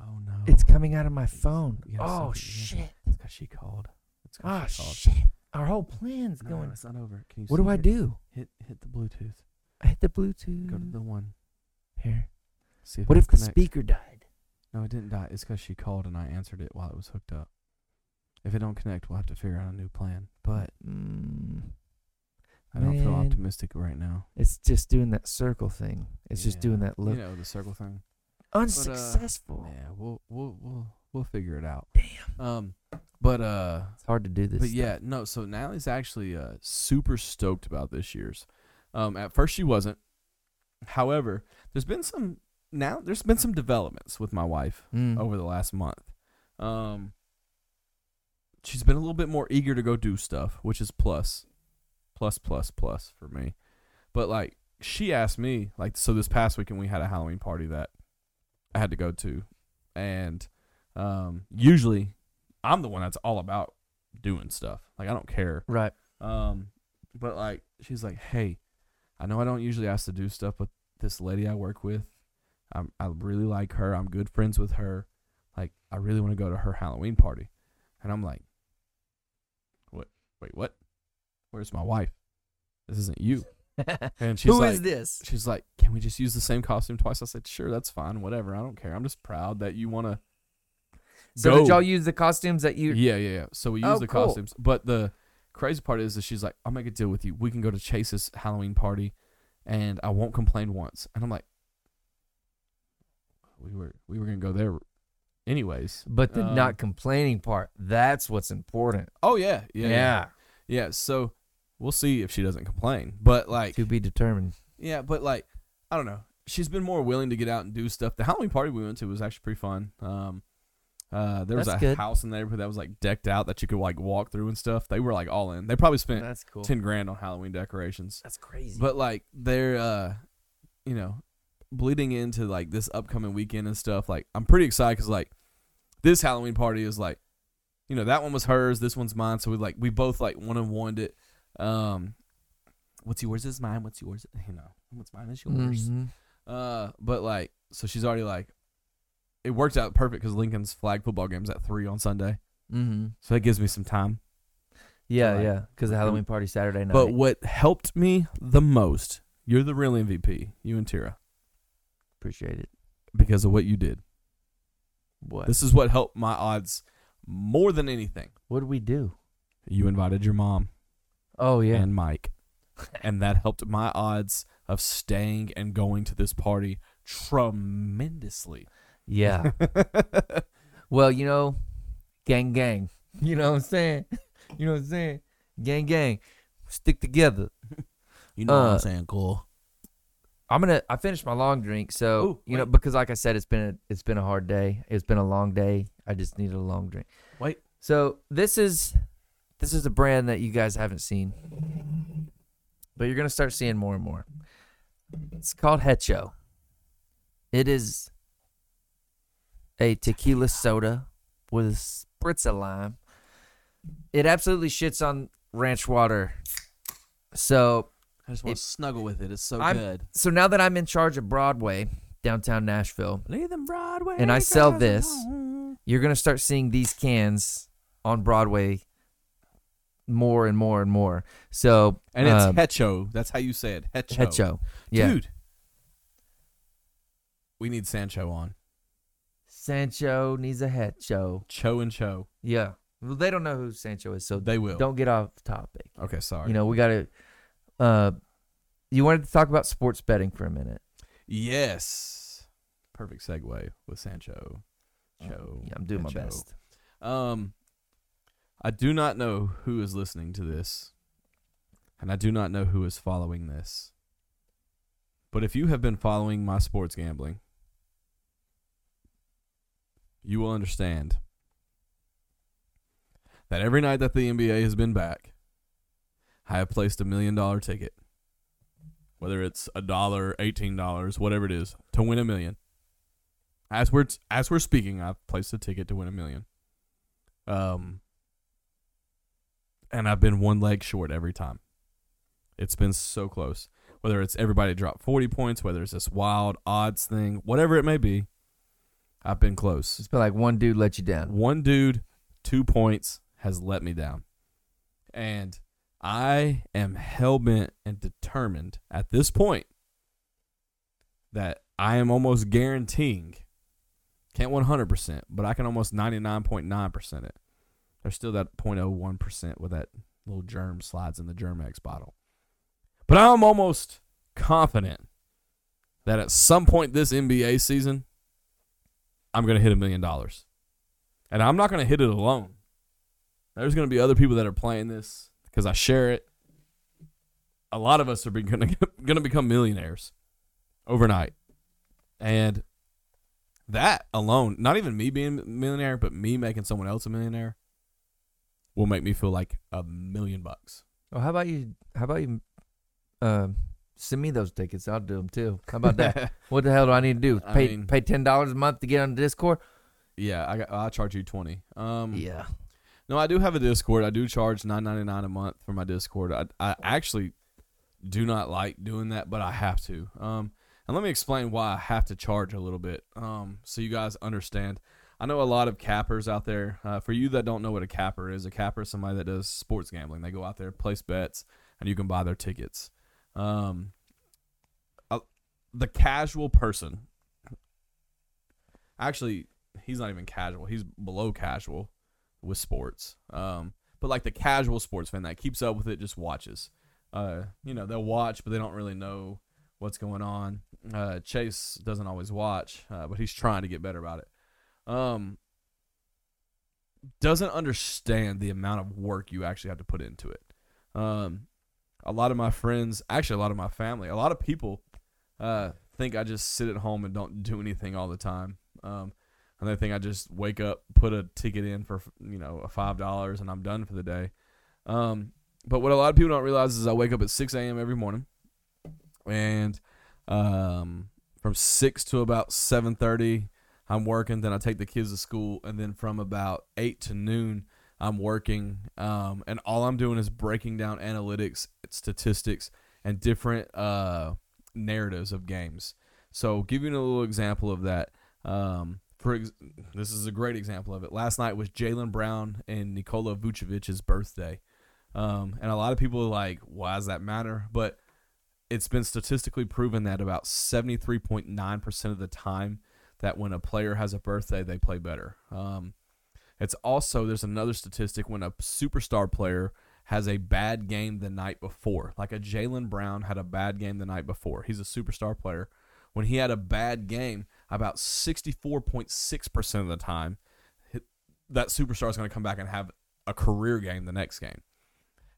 Oh no!
it's coming out of my phone.
Yeah,
oh
something-
shit!
yeah. It's 'cause she called. It's 'cause
Oh
she called.
shit! Our whole plan's
No,
going.
it's not over. Can you
What do
see
I
it?
do?
Hit hit the Bluetooth.
I hit the Bluetooth.
Go to the one.
Here.
See if
Mm. What
it
if the
connects.
speaker died?
No, it didn't die. It's because she called and I answered it while it was hooked up. If it don't connect, we'll have to figure out a new plan. But
Mm,
I don't feel
Man.
optimistic right now.
it's just doing that circle thing. It's just
Yeah. uh,
doing that look.
You know the circle thing.
Unsuccessful.
Yeah, we'll we'll we'll we'll figure it out.
Damn.
Um, but uh,
It's hard to do this.
but yeah, no. So Natalie's actually uh super stoked about this year's. Um, at first she wasn't. However, there's been some now. There's been some developments with my wife
Mm.
over the last month. Um, she's been a little bit more eager to go do stuff, which is plus, plus, plus, plus for me. But like, she asked me like, so this past weekend we had a Halloween party that I had to go to, and um, usually I'm the one that's all about doing stuff. Like I don't care.
Right.
Um, but like she's like, hey, I know I don't usually ask to do stuff, but this lady I work with, I'm, I really like her. I'm good friends with her. Like I really want to go to her Halloween party, and I'm like, what? Wait, what? Where's my wife? This isn't you. And she's
Who is
like,
this?
she's like, can we just use the same costume twice? I said, sure, that's fine, whatever. I don't care. I'm just proud that you want to
So
go.
did y'all use the costumes that you?
yeah, yeah, yeah. So we use
Oh,
the
cool.
costumes, but the crazy part is that she's like, "I'll make a deal with you. We can go to Chase's Halloween party, and I won't complain once." And I'm like, "We were we were gonna go there, anyways."
But the
Um,
not complaining part—that's what's important.
Oh yeah, yeah, yeah, yeah. So we'll see if she doesn't complain, but like,
To be determined.
yeah, but like, I don't know. She's been more willing to get out and do stuff. The Halloween party we went to was actually pretty fun. Um, uh, there was
That's
a
good.
house in the neighborhood that was like decked out that you could like walk through and stuff. They were like all in. They probably spent
That's cool.
10 grand on Halloween decorations.
That's crazy.
But like they're uh you know, bleeding into like this upcoming weekend and stuff. Like I'm pretty excited cuz like this Halloween party is like you know, that one was hers, this one's mine, so we like we both like one and one it. Um what's yours is mine, what's yours, you know. What's mine is yours.
Mhm.
Uh but like so she's already like it worked out perfect cuz Lincoln's flag football game's at 3 on Sunday.
Mhm.
So that gives me some time.
Yeah,
like-
yeah. Because the Halloween party Saturday night.
But what helped me the most, you're the real MVP, you and Tira,
appreciate it.
because of what you did.
What?
This is what helped my odds more than anything.
what did we do?
You invited your mom
Oh yeah.
and Mike, and that helped my odds of staying and going to this party tremendously.
yeah. Well, you know, gang gang. You know what I'm saying? You know what I'm saying? Gang gang. Stick together.
you
know what I'm Uh,
saying, cool.
I'm gonna I finished my long drink, so
Ooh,
you know,
wait.
because like I said, it's been a it's been a hard day. It's been a long day. I just needed a long drink.
Wait.
So this is this is a brand that you guys haven't seen. But you're gonna start seeing more and more. It's called Hecho. It is a tequila soda with a spritz of lime. It absolutely shits on ranch water. So
I just
wanna
to snuggle with it. It's so
I'm-
good.
so now that I'm in charge of Broadway, downtown Nashville,
Leave them Broadway.
And I sell
girls
this.
alone.
you're going to start seeing these cans on Broadway more and more and more. So
And it's
um,
Hecho. That's how you say it. Hecho.
Hecho. Yeah.
Dude. We need Sancho on.
Sancho needs a Hecho.
Cho and Cho.
Yeah. Well, they don't know who Sancho is, so
They will.
don't get off topic.
okay, sorry.
You know, we got to. Uh, you wanted to talk about sports betting for a minute.
yes. Perfect segue with Sancho. Cho.
Oh, Yeah, I'm doing my
Hecho.
best.
Um, I do not know who is listening to this, and I do not know who is following this. But if you have been following my sports gambling, you will understand that every night that the NBA has been back, I have placed a million dollar ticket, whether it's a dollar, eighteen dollars, whatever it is, to win a million. As we're as we're speaking, I've placed a ticket to win a million. Um, and I've been one leg short every time. It's been so close. Whether it's everybody drop 40 points, whether it's this wild odds thing, whatever it may be, I've been close.
It's been like one dude let you down.
One dude, two points, has let me down. And I am hell bent and determined at this point that I am almost guaranteeing, can't 100%, but I can almost 99.9% it. There's still that 0.01% where that little germ slides in the Germex bottle. But I'm almost confident that at some point this NBA season, I'm going to hit a million dollars. And I'm not going to hit it alone. There's going to be other people that are playing this because I share it. A lot of us are going to going to become millionaires overnight, and that alone, not even me being a millionaire, but me making someone else a millionaire, will make me feel like a million bucks.
Well, Oh, how about you? How about you? Um, send me those tickets. I'll do them too. How about that? what the hell do I need to do?
I
Pay
mean-
pay ten dollars a month to get on Discord?
yeah, I got, I charge you twenty. Um,
Yeah.
No, I do have a Discord. I do charge nine ninety nine a month for my Discord. I, I actually do not like doing that, but I have to. Um, and let me explain why I have to charge a little bit, um, so you guys understand. I know a lot of cappers out there. Uh, for you that don't know what a capper is, a capper is somebody that does sports gambling. They go out there, place bets, and you can buy their tickets. Um, uh, the casual person, actually, he's not even casual. He's below casual with sports. Um, but like the casual sports fan that keeps up with it just watches. Uh, you know, they'll watch, but they don't really know what's going on. Uh, Chase doesn't always watch, uh, but he's trying to get better about it. Um, doesn't understand the amount of work you actually have to put into it. Um, a lot of my friends, actually, a lot of my family, a lot of people uh, think I just sit at home and don't do anything all the time. Um, and they think I just wake up, put a ticket in for you know a five dollars, and I'm done for the day. Um, but what a lot of people don't realize is I wake up at six a.m. every morning, and um, from six to about seven thirty, I'm working. Then I take the kids to school, and then from about eight to noon, I'm working. Um, and all I'm doing is breaking down analytics, statistics, and different uh, narratives of games. So, giving a little example of that. Um, for ex- this is a great example of it. Last night was Jalen Brown and Nikola Vucevic's birthday, um, and a lot of people are like, "Why does that matter?" But it's been statistically proven that about seventy three point nine percent of the time that when a player has a birthday, they play better. Um, it's also there's another statistic when a superstar player has a bad game the night before, like a Jalen Brown had a bad game the night before. He's a superstar player when he had a bad game, about 64.6% of the time, hi- that superstar is going to come back and have a career game the next game.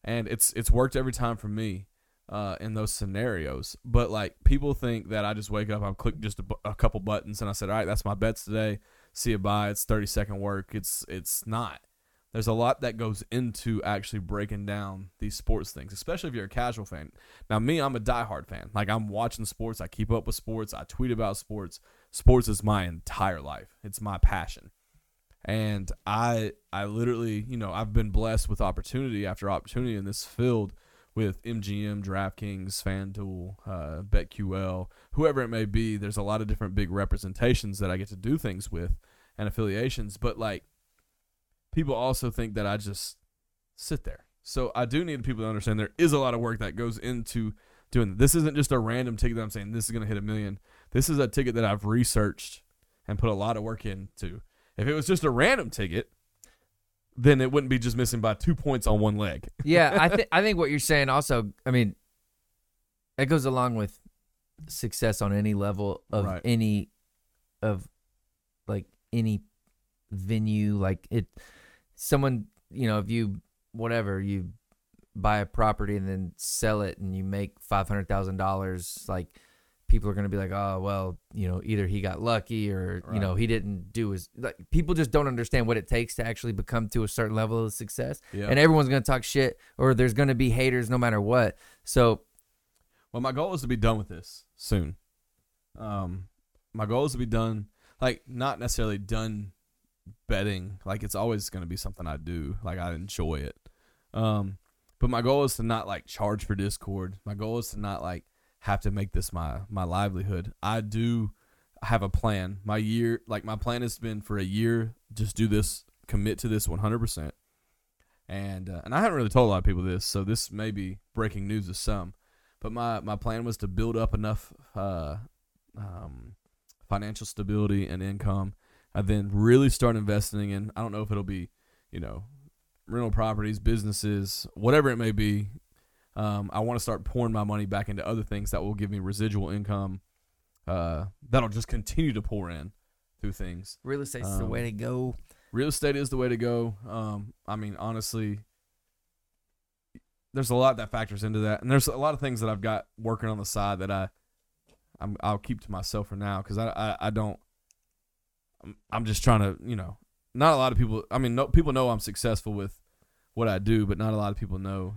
And it's it's worked every time for me uh, in those scenarios. But like people think that I just wake up, I click just a, bu- a couple buttons, and I said, all right, that's my bets today. See you bye. It's 30 second work. It's it's not. There's a lot that goes into actually breaking down these sports things, especially if you're a casual fan. Now, me, I'm a diehard fan. Like, I'm watching sports. I keep up with sports. I tweet about sports. Sports is my entire life. It's my passion. And I, I literally, you know, I've been blessed with opportunity after opportunity in this field with MGM, DraftKings, FanDuel, uh, BetQL, whoever it may be. There's a lot of different big representations that I get to do things with and affiliations. But like, people also think that I just sit there So I do need people to understand there is a lot of work that goes into doing this. Isn't just a random ticket that I'm saying this is going to hit a million. This is a ticket that I've researched and put a lot of work into. If it was just a random ticket, then it wouldn't be just missing by two points on one leg.
yeah, I think I think what you're saying also, I mean, it goes along with success on any level of
Right.
any of like any venue. Like it, someone you know, if you whatever you buy a property and then sell it and you make five hundred thousand dollars, like people are going to be like, oh well, you know, either he got lucky or you
Right.
know he didn't do his. Like people just don't understand what it takes to actually become to a certain level of success
Yeah.
and everyone's gonna talk shit or there's gonna be haters no matter what. So
Well, my goal is to be done with this soon. Um, my goal is to be done, like not necessarily done betting. Like it's always going to be something I do. Like I enjoy it. Um, but my goal is to not like charge for Discord. My goal is to not like have to make this my my livelihood. I do have a plan. My year, like my plan has been for a year, just do this, commit to this 100%. And uh, and I haven't really told a lot of people this, so this may be breaking news to some. But my my plan was to build up enough uh, um, financial stability and income, and then really start investing in. I don't know if it'll be, you know, rental properties, businesses, whatever it may be. Um, I want to start pouring my money back into other things that will give me residual income. Uh, that'll just continue to pour in through things
real estate's the
Um,
way to go.
real estate is the way to go. Um, I mean, honestly, there's a lot that factors into that, and there's a lot of things that I've got working on the side that I, I'm, I'll keep to myself for now because I, I, I don't. I'm, I'm just trying to, you know, not a lot of people. I mean, no, people know I'm successful with what I do, but not a lot of people know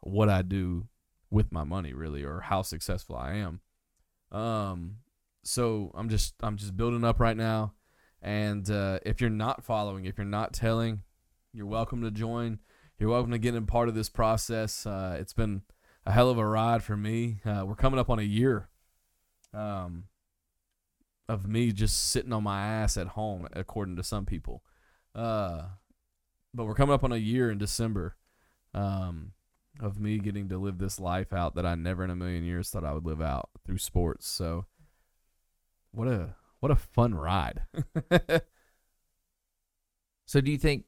what I do with my money, really, or how successful I am. Um, so I'm just, I'm just building up right now. And uh, if you're not following, if you're not telling, you're welcome to join. You're welcome to get in part of this process. Uh, it's been a hell of a ride for me. Uh, we're coming up on a year um, of me just sitting on my ass at home, according to some people. Uh, but we're coming up on a year in December um, of me getting to live this life out that I never in a million years thought I would live out through sports. So, what a what a fun ride.
So do you think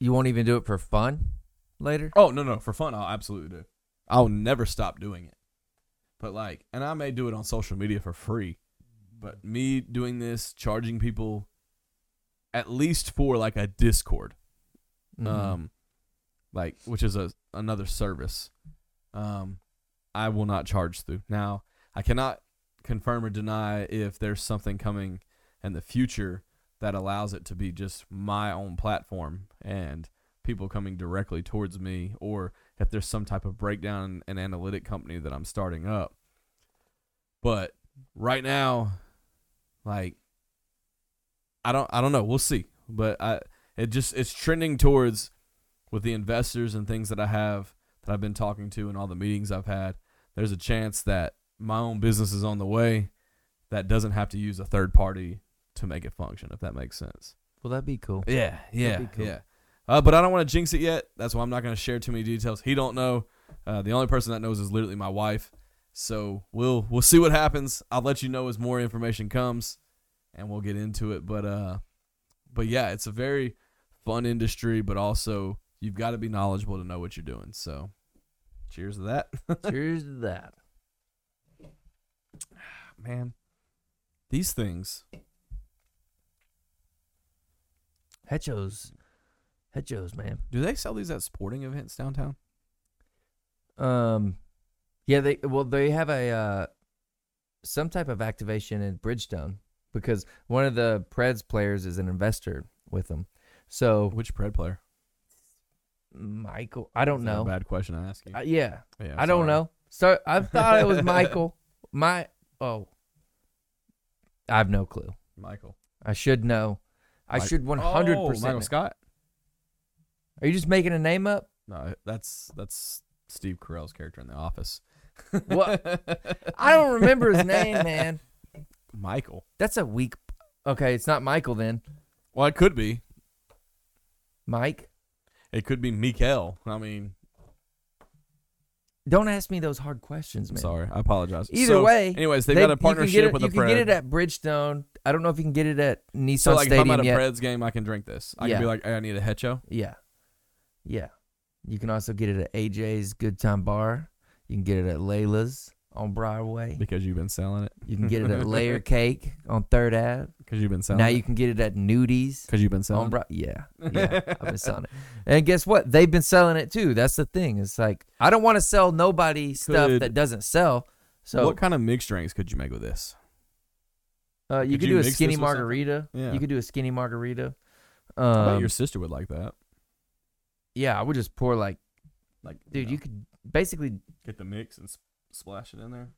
you won't even do it for fun later?
Oh no, no, for fun, I'll absolutely do. I'll never stop doing it. But like, and I may do it on social media for free. But me doing this, charging people, at least for like a Discord,
Mhm.
um, like which is a another service, um, I will not charge through. Now I cannot confirm or deny if there's something coming in the future that allows it to be just my own platform and people coming directly towards me or if there's some type of breakdown and analytic company that I'm starting up. But right now, like I don't I don't know. We'll see. But I it just it's trending towards with the investors and things that I have that I've been talking to and all the meetings I've had, there's a chance that my own business is on the way that doesn't have to use a third party to make it function, if that makes sense.
Will that be cool?
Yeah, yeah,
be cool.
yeah. Uh, but I don't want to jinx it yet. That's why I'm not going to share too many details. He don't know. Uh, the only person that knows is literally my wife. So we'll we'll see what happens. I'll let you know as more information comes, and we'll get into it. But uh, but yeah, it's a very fun industry, but also you've got to be knowledgeable to know what you're doing. So, cheers to that,
Oh, Cheers to that.
man. These things,
Hechos. Hechos, man.
do they sell these at sporting events downtown?
Um yeah, they well they have a uh some type of activation in Bridgestone because one of the Preds players is an investor with them. So
Which pred player?
Michael, I don't
Is that a
know.
bad question to ask you.
Uh, yeah,
Yeah,
I don't
sorry.
know. So I thought it was Michael. My oh, I have no clue.
Michael.
I should know. I
Mike- Oh,
should one hundred
Michael
percent.
Scott.
Are you just making a name up?
No, that's that's Steve Carell's character in The Office.
What? I don't remember his name, man.
Michael.
That's a weak. Okay, it's not Michael then.
Well, it could be.
Mike.
It could be Mikel. I mean,
Don't ask me those hard questions, man.
sorry, I apologize.
Either
So,
way,
anyways, they've
They-
got a
you can
partnership
get it,
with
you
a
can get it
Pred.
at Bridgestone. I don't know if you can get it at Nissan
So like, if I'm
Stadium
at a
yet.
Preds game, I can drink this. I
Yeah.
can be like, hey, I need a hecho.
yeah, yeah. You can also get it at AJ's Good Time Bar. You can get it at Layla's on Broadway.
because you've been selling it.
You can get it at Layer Cake on Third Ave.
Because you've been selling.
now
it.
you can get it at Nudies.
Because you've been selling.
On Bro- yeah, yeah, I've been selling it, and guess what? They've been selling it too. That's the thing. It's like I don't want to sell nobody stuff
Could-
that doesn't sell. So
what kind of mixed drinks could you make with this?
uh, you
could
could,
you
do a
mix
skinny
this with something?
margarita.
Yeah.
You could do a skinny margarita.
I bet
Um,
your sister would like that.
yeah, I would just pour like,
Like,
dude, you could basically,
get the mix and splash it in there.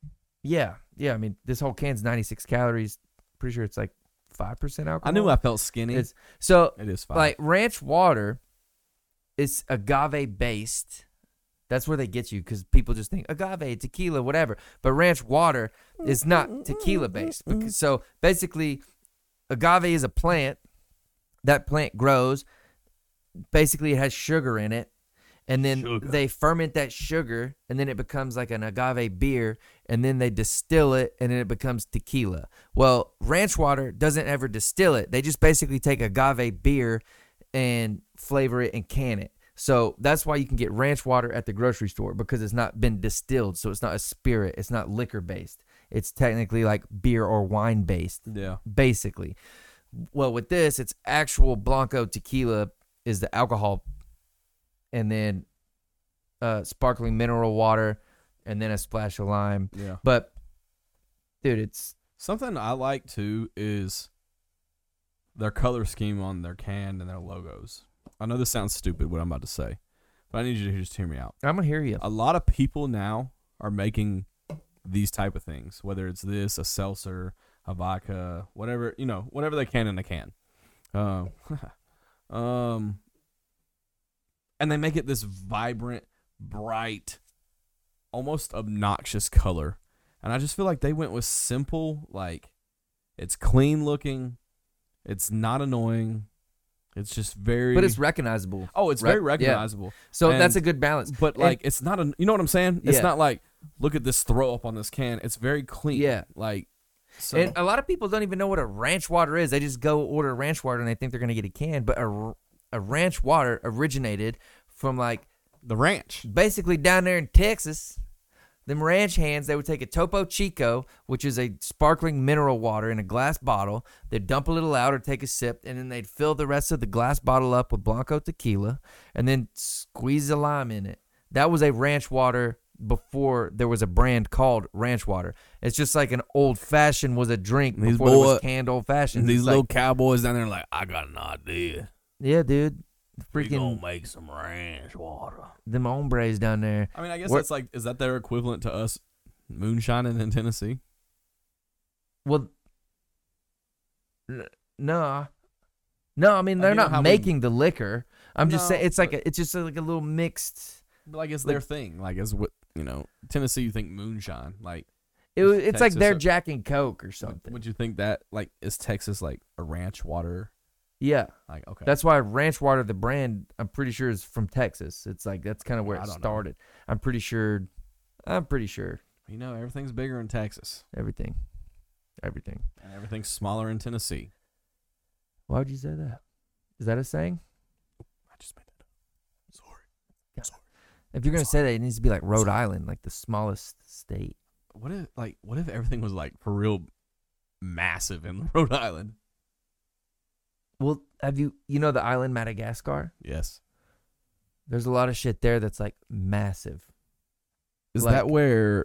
yeah, yeah. I mean, this whole can's 96 calories. Pretty sure it's like five percent alcohol.
I knew I felt skinny.
It's- so
it is fine.
like ranch water is agave based that's where they get you because people just think agave tequila whatever but ranch water is not tequila based because, so basically agave is a plant that plant grows basically it has sugar in it and then
Sugar.
they ferment that sugar and then it becomes like an agave beer and then they distill it and then it becomes tequila well ranch water doesn't ever distill it they just basically take agave beer and flavor it and can it so that's why you can get ranch water at the grocery store because it's not been distilled so it's not a spirit it's not liquor based it's technically like beer or wine based
yeah.
basically. Well, with this, it's actual Blanco tequila is the alcohol, and then uh, sparkling mineral water, and then a splash of lime.
Yeah.
But dude, it's
Something I like too is their color scheme on their can and their logos. I know this sounds stupid what I'm about to say, but I need you to just hear me out.
I'm gonna hear you.
A lot of people now are making these type of things, whether it's this, a seltzer, a vodka, whatever you know, whatever they can in a can. Um, um, and they make it this vibrant, bright, almost obnoxious color. And I just feel like they went with simple, like it's clean looking, it's not annoying, it's just very.
But it's recognizable,
oh, it's
rec-
very
yeah.
recognizable.
so
And-
that's a good balance.
But
And-
like, it's not a. You know what I'm saying? It's
Yeah.
not like look at this throw up on this can. It's very clean.
Yeah.
Like. So
and uh, a lot of people don't even know what a ranch water is. They just go order ranch water and they think they're gonna get a can. But a, r- a ranch water originated from like
the ranch.
basically down there in Texas, them ranch hands, they would take a Topo Chico, which is a sparkling mineral water in a glass bottle. They'd dump a little out or take a sip, and then they'd fill the rest of the glass bottle up with Blanco tequila and then squeeze a lime in it. That was a ranch water before there was a brand called ranch water. It's just like an old fashioned was a drink
These
before there was
boy-
canned old fashioned.
And these little cowboys down there are like, I got an idea.
yeah, dude.
We gonna
Freaking
make some ranch water.
them hombres down there.
I mean, I guess
We're-
that's like, is that their equivalent to us moonshining in Tennessee?
Well, n- no, no. I mean,
Like,
they're
you know how
not
we-
making the liquor. I'm just saying
No,
it's like a, it's just like a little mixed.
But like, it's
Like-
their thing. Like, it's what you know, Tennessee. You think moonshine? Like,
It, was- it's like
Texas
their
or-
Jack and Coke or something.
would you think that like is Texas like a ranch water?
yeah,
Like, okay,
that's why Ranch Water, the brand, I'm pretty sure is from Texas. It's like that's kind of where
I
it
don't know.
started. I'm pretty sure. I'm pretty sure
you know, everything's bigger in Texas
everything, everything.
and everything's smaller in Tennessee.
Why would you say that? Is that a saying?
I just made that up. Sorry.
If you're gonna say that, it needs to be like Rhode Island, like the smallest state.
What if like what if everything was like for real massive in Rhode Island?
Well, have you you know the island Madagascar?
Yes.
There's a lot of shit there that's like massive.
Is
Like-
that where?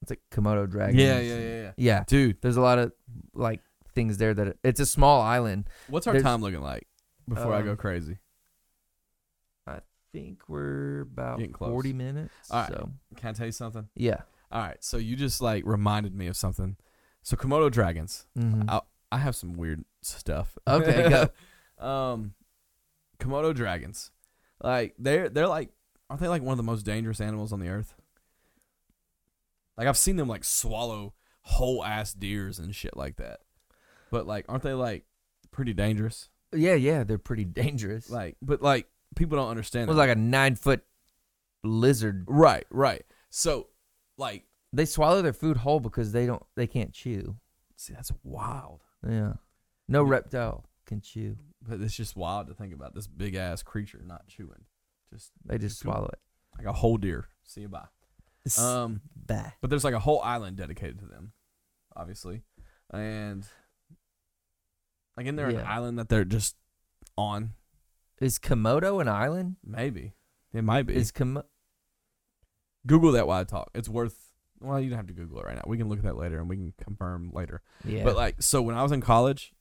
It's like Komodo dragons.
Yeah, yeah, yeah, yeah.
Yeah,
Dude,
there's a lot of like things there that it's a small island.
what's our
There's-
time looking like before I go
Um,
crazy?
I think we're about
Getting close.
40 minutes.
All right.
So,
Can I tell you something?
yeah.
All right, so you just like reminded me of something. So Komodo dragons.
Mhm.
I'll- I have some weird stuff.
Okay,
go. um, Komodo dragons, like they're they're like aren't they like one of the most dangerous animals on the earth? Like I've seen them like swallow whole ass deers and shit like that. But like, aren't they like pretty dangerous?
Yeah, yeah, they're pretty dangerous.
Like, but like people don't understand.
It was
that.
like a nine foot lizard.
right, right. So like,
They swallow their food whole because they don't. They can't chew.
see, that's wild.
Yeah. No
Yeah.
reptile can chew.
But it's just wild to think about this big ass creature not chewing, just
They just swallow it.
like a whole deer. See you bye. Um,
Bah.
but there's like a whole island dedicated to them, obviously, and like in there an
Yeah.
island that they're just on.
Is Komodo an island?
Maybe it might be.
Is Komodo?
Google that while I talk. It's worth. Well, you don't have to Google it right now. We can look at that later and we can confirm later.
Yeah.
But like, so when I was in college,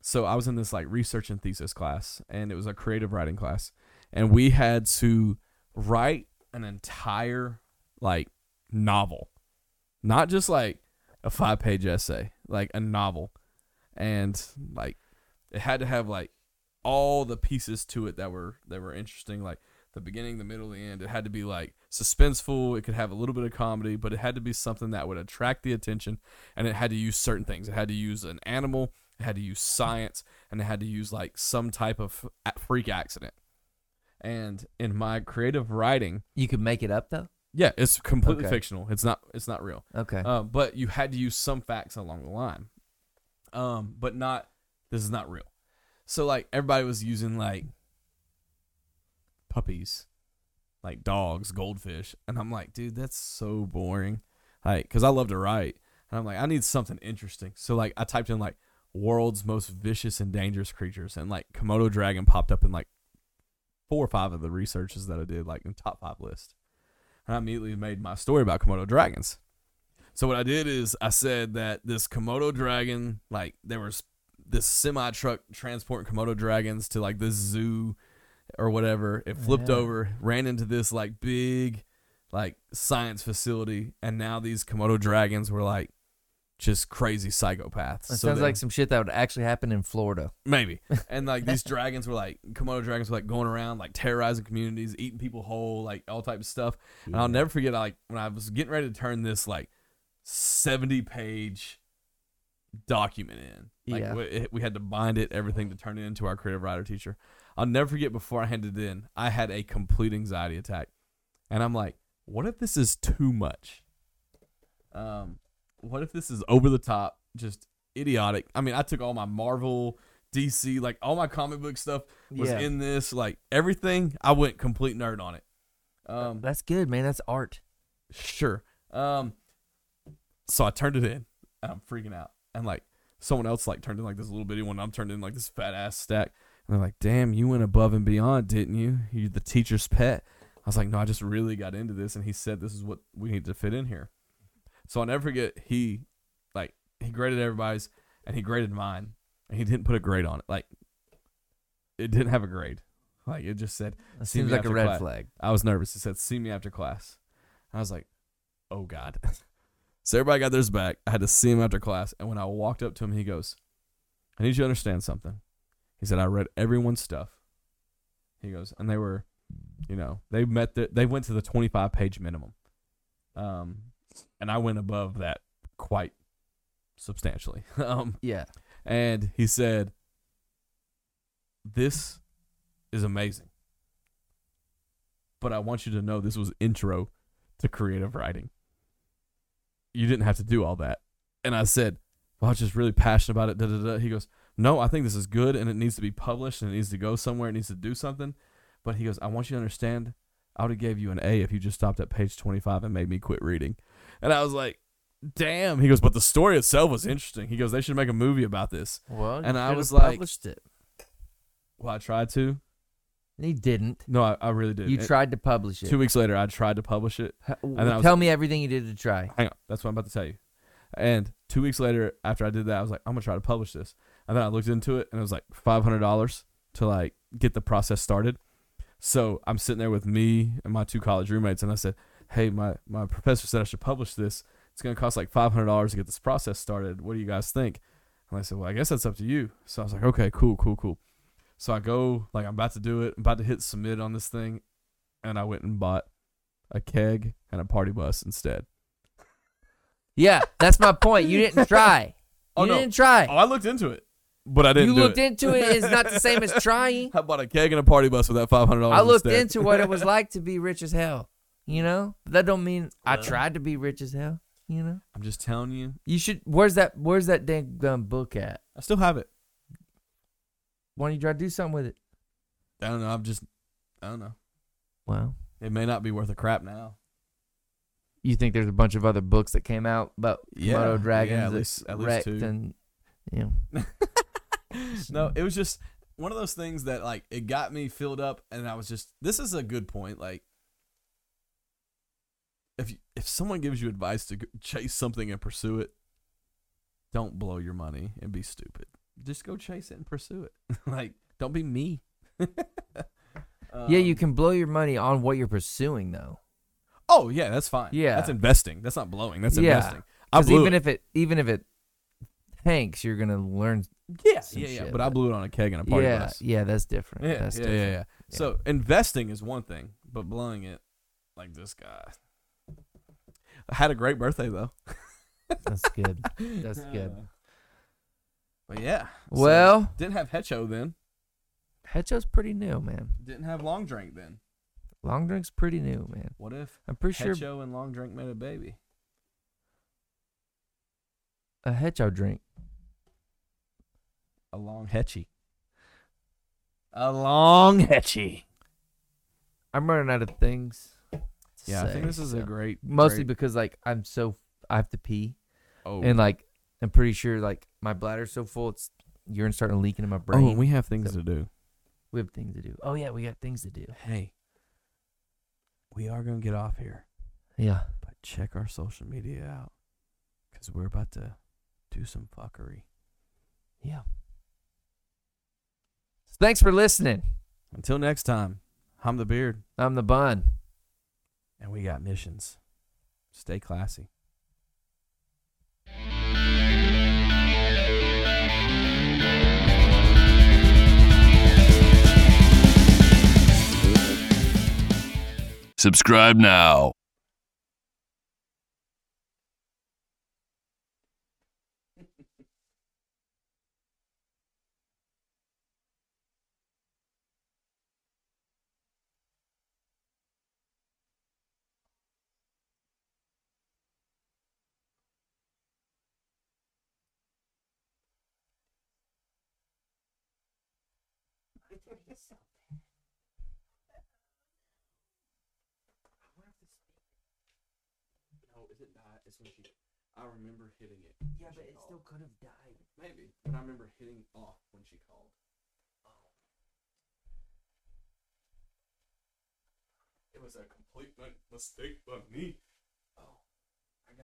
so I was in this like research and thesis class, and it was a creative writing class, and we had to write an entire like novel, not just like a five page essay, like a novel, and like it had to have like all the pieces to it that were that were interesting, like the beginning, the middle, the end. It had to be like suspenseful. It could have a little bit of comedy, but it had to be something that would attract the attention and it had to use certain things. It had to use an animal, it had to use science, and it had to use like some type of a- freak accident. And in my creative writing,
you could make it up though.
yeah, it's completely
Okay.
fictional. It's not it's not real.
Okay.
Uh, but you had to use some facts along the line. Um, but not this is not real. So like everybody was using like puppies, like dogs, goldfish, and I'm like, dude, that's so boring. Like, cause I love to write, and I'm like, I need something interesting. So like, I typed in like world's most vicious and dangerous creatures, and like Komodo dragon popped up in like four or five of the researches that I did, like in top five list. And I immediately made my story about Komodo dragons. So what I did is I said that this Komodo dragon, like there was this semi truck transporting Komodo dragons to like this zoo or whatever. It flipped
Yeah.
over, ran into this like big like science facility, and now these Komodo dragons were like just crazy psychopaths.
That
So
sounds
then-
like some shit that would actually happen in Florida.
Maybe. And like these dragons were like Komodo dragons were like going around like terrorizing communities, eating people whole, like all type of stuff. And I'll never forget like when I was getting ready to turn this like 70 page document in. Like
Yeah.
we, it- we had to bind it, everything to turn it into our creative writer teacher. I'll never forget before I handed it in, I had a complete anxiety attack. And I'm like, what if this is too much? Um, what if this is over the top, just idiotic? I mean, I took all my Marvel, DC, like all my comic book stuff was
Yeah.
in this, like everything. I went complete nerd on it. Um,
That's good, man. That's art.
sure. Um, so I turned it in, and I'm freaking out. And like someone else like turned in like this little bitty one. I'm turned in like this fat ass stack. And they're like, "Damn, you went above and beyond, didn't you? You're the teacher's pet." I was like, "No, I just really got into this." And he said, "This is what we need to fit in here." So I'll never forget. He like he graded everybody's, and he graded mine, and he didn't put a grade on it. Like it didn't have a grade. Like it just said,
That
See
seems
me
like a
after
red
class.
flag.
I was nervous. He said, "See me after class." I was like, "Oh God!" so everybody got theirs back. I had to see him after class, and when I walked up to him, he goes, "I need you to understand something." He said, "I read everyone's stuff." He goes, and they were, you know, they met the, they went to the twenty five page minimum, um, and I went above that quite substantially. um,
Yeah.
and he said, This is amazing. But I want you to know this was intro to creative writing. You didn't have to do all that. And I said, Well, I was just really passionate about it. Da, da, da. He goes, No, I think this is good and it needs to be published and it needs to go somewhere. It needs to do something. But he goes, I want you to understand I would have gave you an A if you just stopped at page 25 and made me quit reading. And I was like, Damn. He goes, But the story itself was interesting. He goes, They should make a movie about this.
Well,
And I
should've
was like-
published it.
Well, I tried to.
And he didn't.
No, I, I really did.
You
And
tried to publish it.
Two weeks later, I tried to publish it.
H-
then I was-
Tell me everything you did to try.
Hang on, that's what I'm about to tell you. And two weeks later, after I did that, I was like, I'm gonna try to publish this. And then I looked into it, and it was like five hundred dollars to like get the process started. So I'm sitting there with me and my two college roommates, and I said, Hey, my my professor said I should publish this. It's gonna cost like five hundred dollars to get this process started. What do you guys think? And I said, Well, I guess that's up to you. So I was like, Okay, cool, cool, cool. So I go like I'm about to do it. I'm about to hit submit on this thing, and I went and bought a keg and a party bus instead.
Yeah, that's my point. You didn't try.
Oh,
you
no.
didn't try.
Oh, I looked into it. but I didn't.
you
do
looked
it.
into it. It's not the same as trying.
I bought a keg and a party bus with that five hundred dollars.
I looked
instead.
into what it was like to be rich as hell. You know, but that don't mean I tried to be rich as hell. You know,
I'm just telling you.
you should. Where's that? Where's that dang gum book at?
I still have it.
Why don't you try to do something with it?
I don't know. I'm just. I don't know.
Wow.
It may not be worth a crap now.
You think there's a bunch of other books that came out about
Yeah,
Komodo
yeah,
dragons
at
that
least- at least
wrecked
two.
and you know.
No, it was just one of those things that like it got me filled up, and I was just. This is a good point. Like, if you, if someone gives you advice to go- chase something and pursue it, don't blow your money and be stupid. Just go chase it and pursue it. like, don't be me.
yeah,
Um,
you can blow your money on what you're pursuing though.
Oh yeah, that's fine.
Yeah.
that's investing. That's not blowing. That's
Yeah.
investing. I
'Cause
blew
even
it.
if it even if it tanks, you're gonna learn.
yeah,
some
yeah, yeah.
shit,
But I
but-
blew it on a keg and a party
Yeah,
bus.
yeah, that's different.
Yeah,
that's
yeah, yeah,
different.
yeah. So investing is one thing, but blowing it like this guy. I had a great birthday though.
That's good. That's good.
Uh, But yeah. so-
Well,
didn't have Hecho then.
Hecho's pretty new, man.
Didn't have Long Drink then.
Long drink's pretty new, man.
What if
I'm pretty sure
Hecho and Long Drink made a baby?
a Hecho drink.
A long Hetchy. A long Hetchy.
I'm running out of things. to
Yeah, I think
say,
this is a
so.
great.
mostly
great-
because like I'm so I have to pee
oh.
and like I'm pretty sure like my bladder's so full it's urine's starting to leak into my brain.
Oh, and
we,
we have things
So-
to do.
have things to do. Oh yeah, we got things to do.
Hey, we are going to get off here,
Yeah.
but check our social media out because we're about to do some fuckery.
Yeah. Thanks for listening.
Until next time, I'm the beard,
I'm the bun.
and we got missions. Stay classy.
Subscribe now.
No, is it not? It's when she. I remember hitting it. Yeah, but it still could have died. Maybe, but I remember hitting off when she called. Oh. It was a complete mi- mistake by me.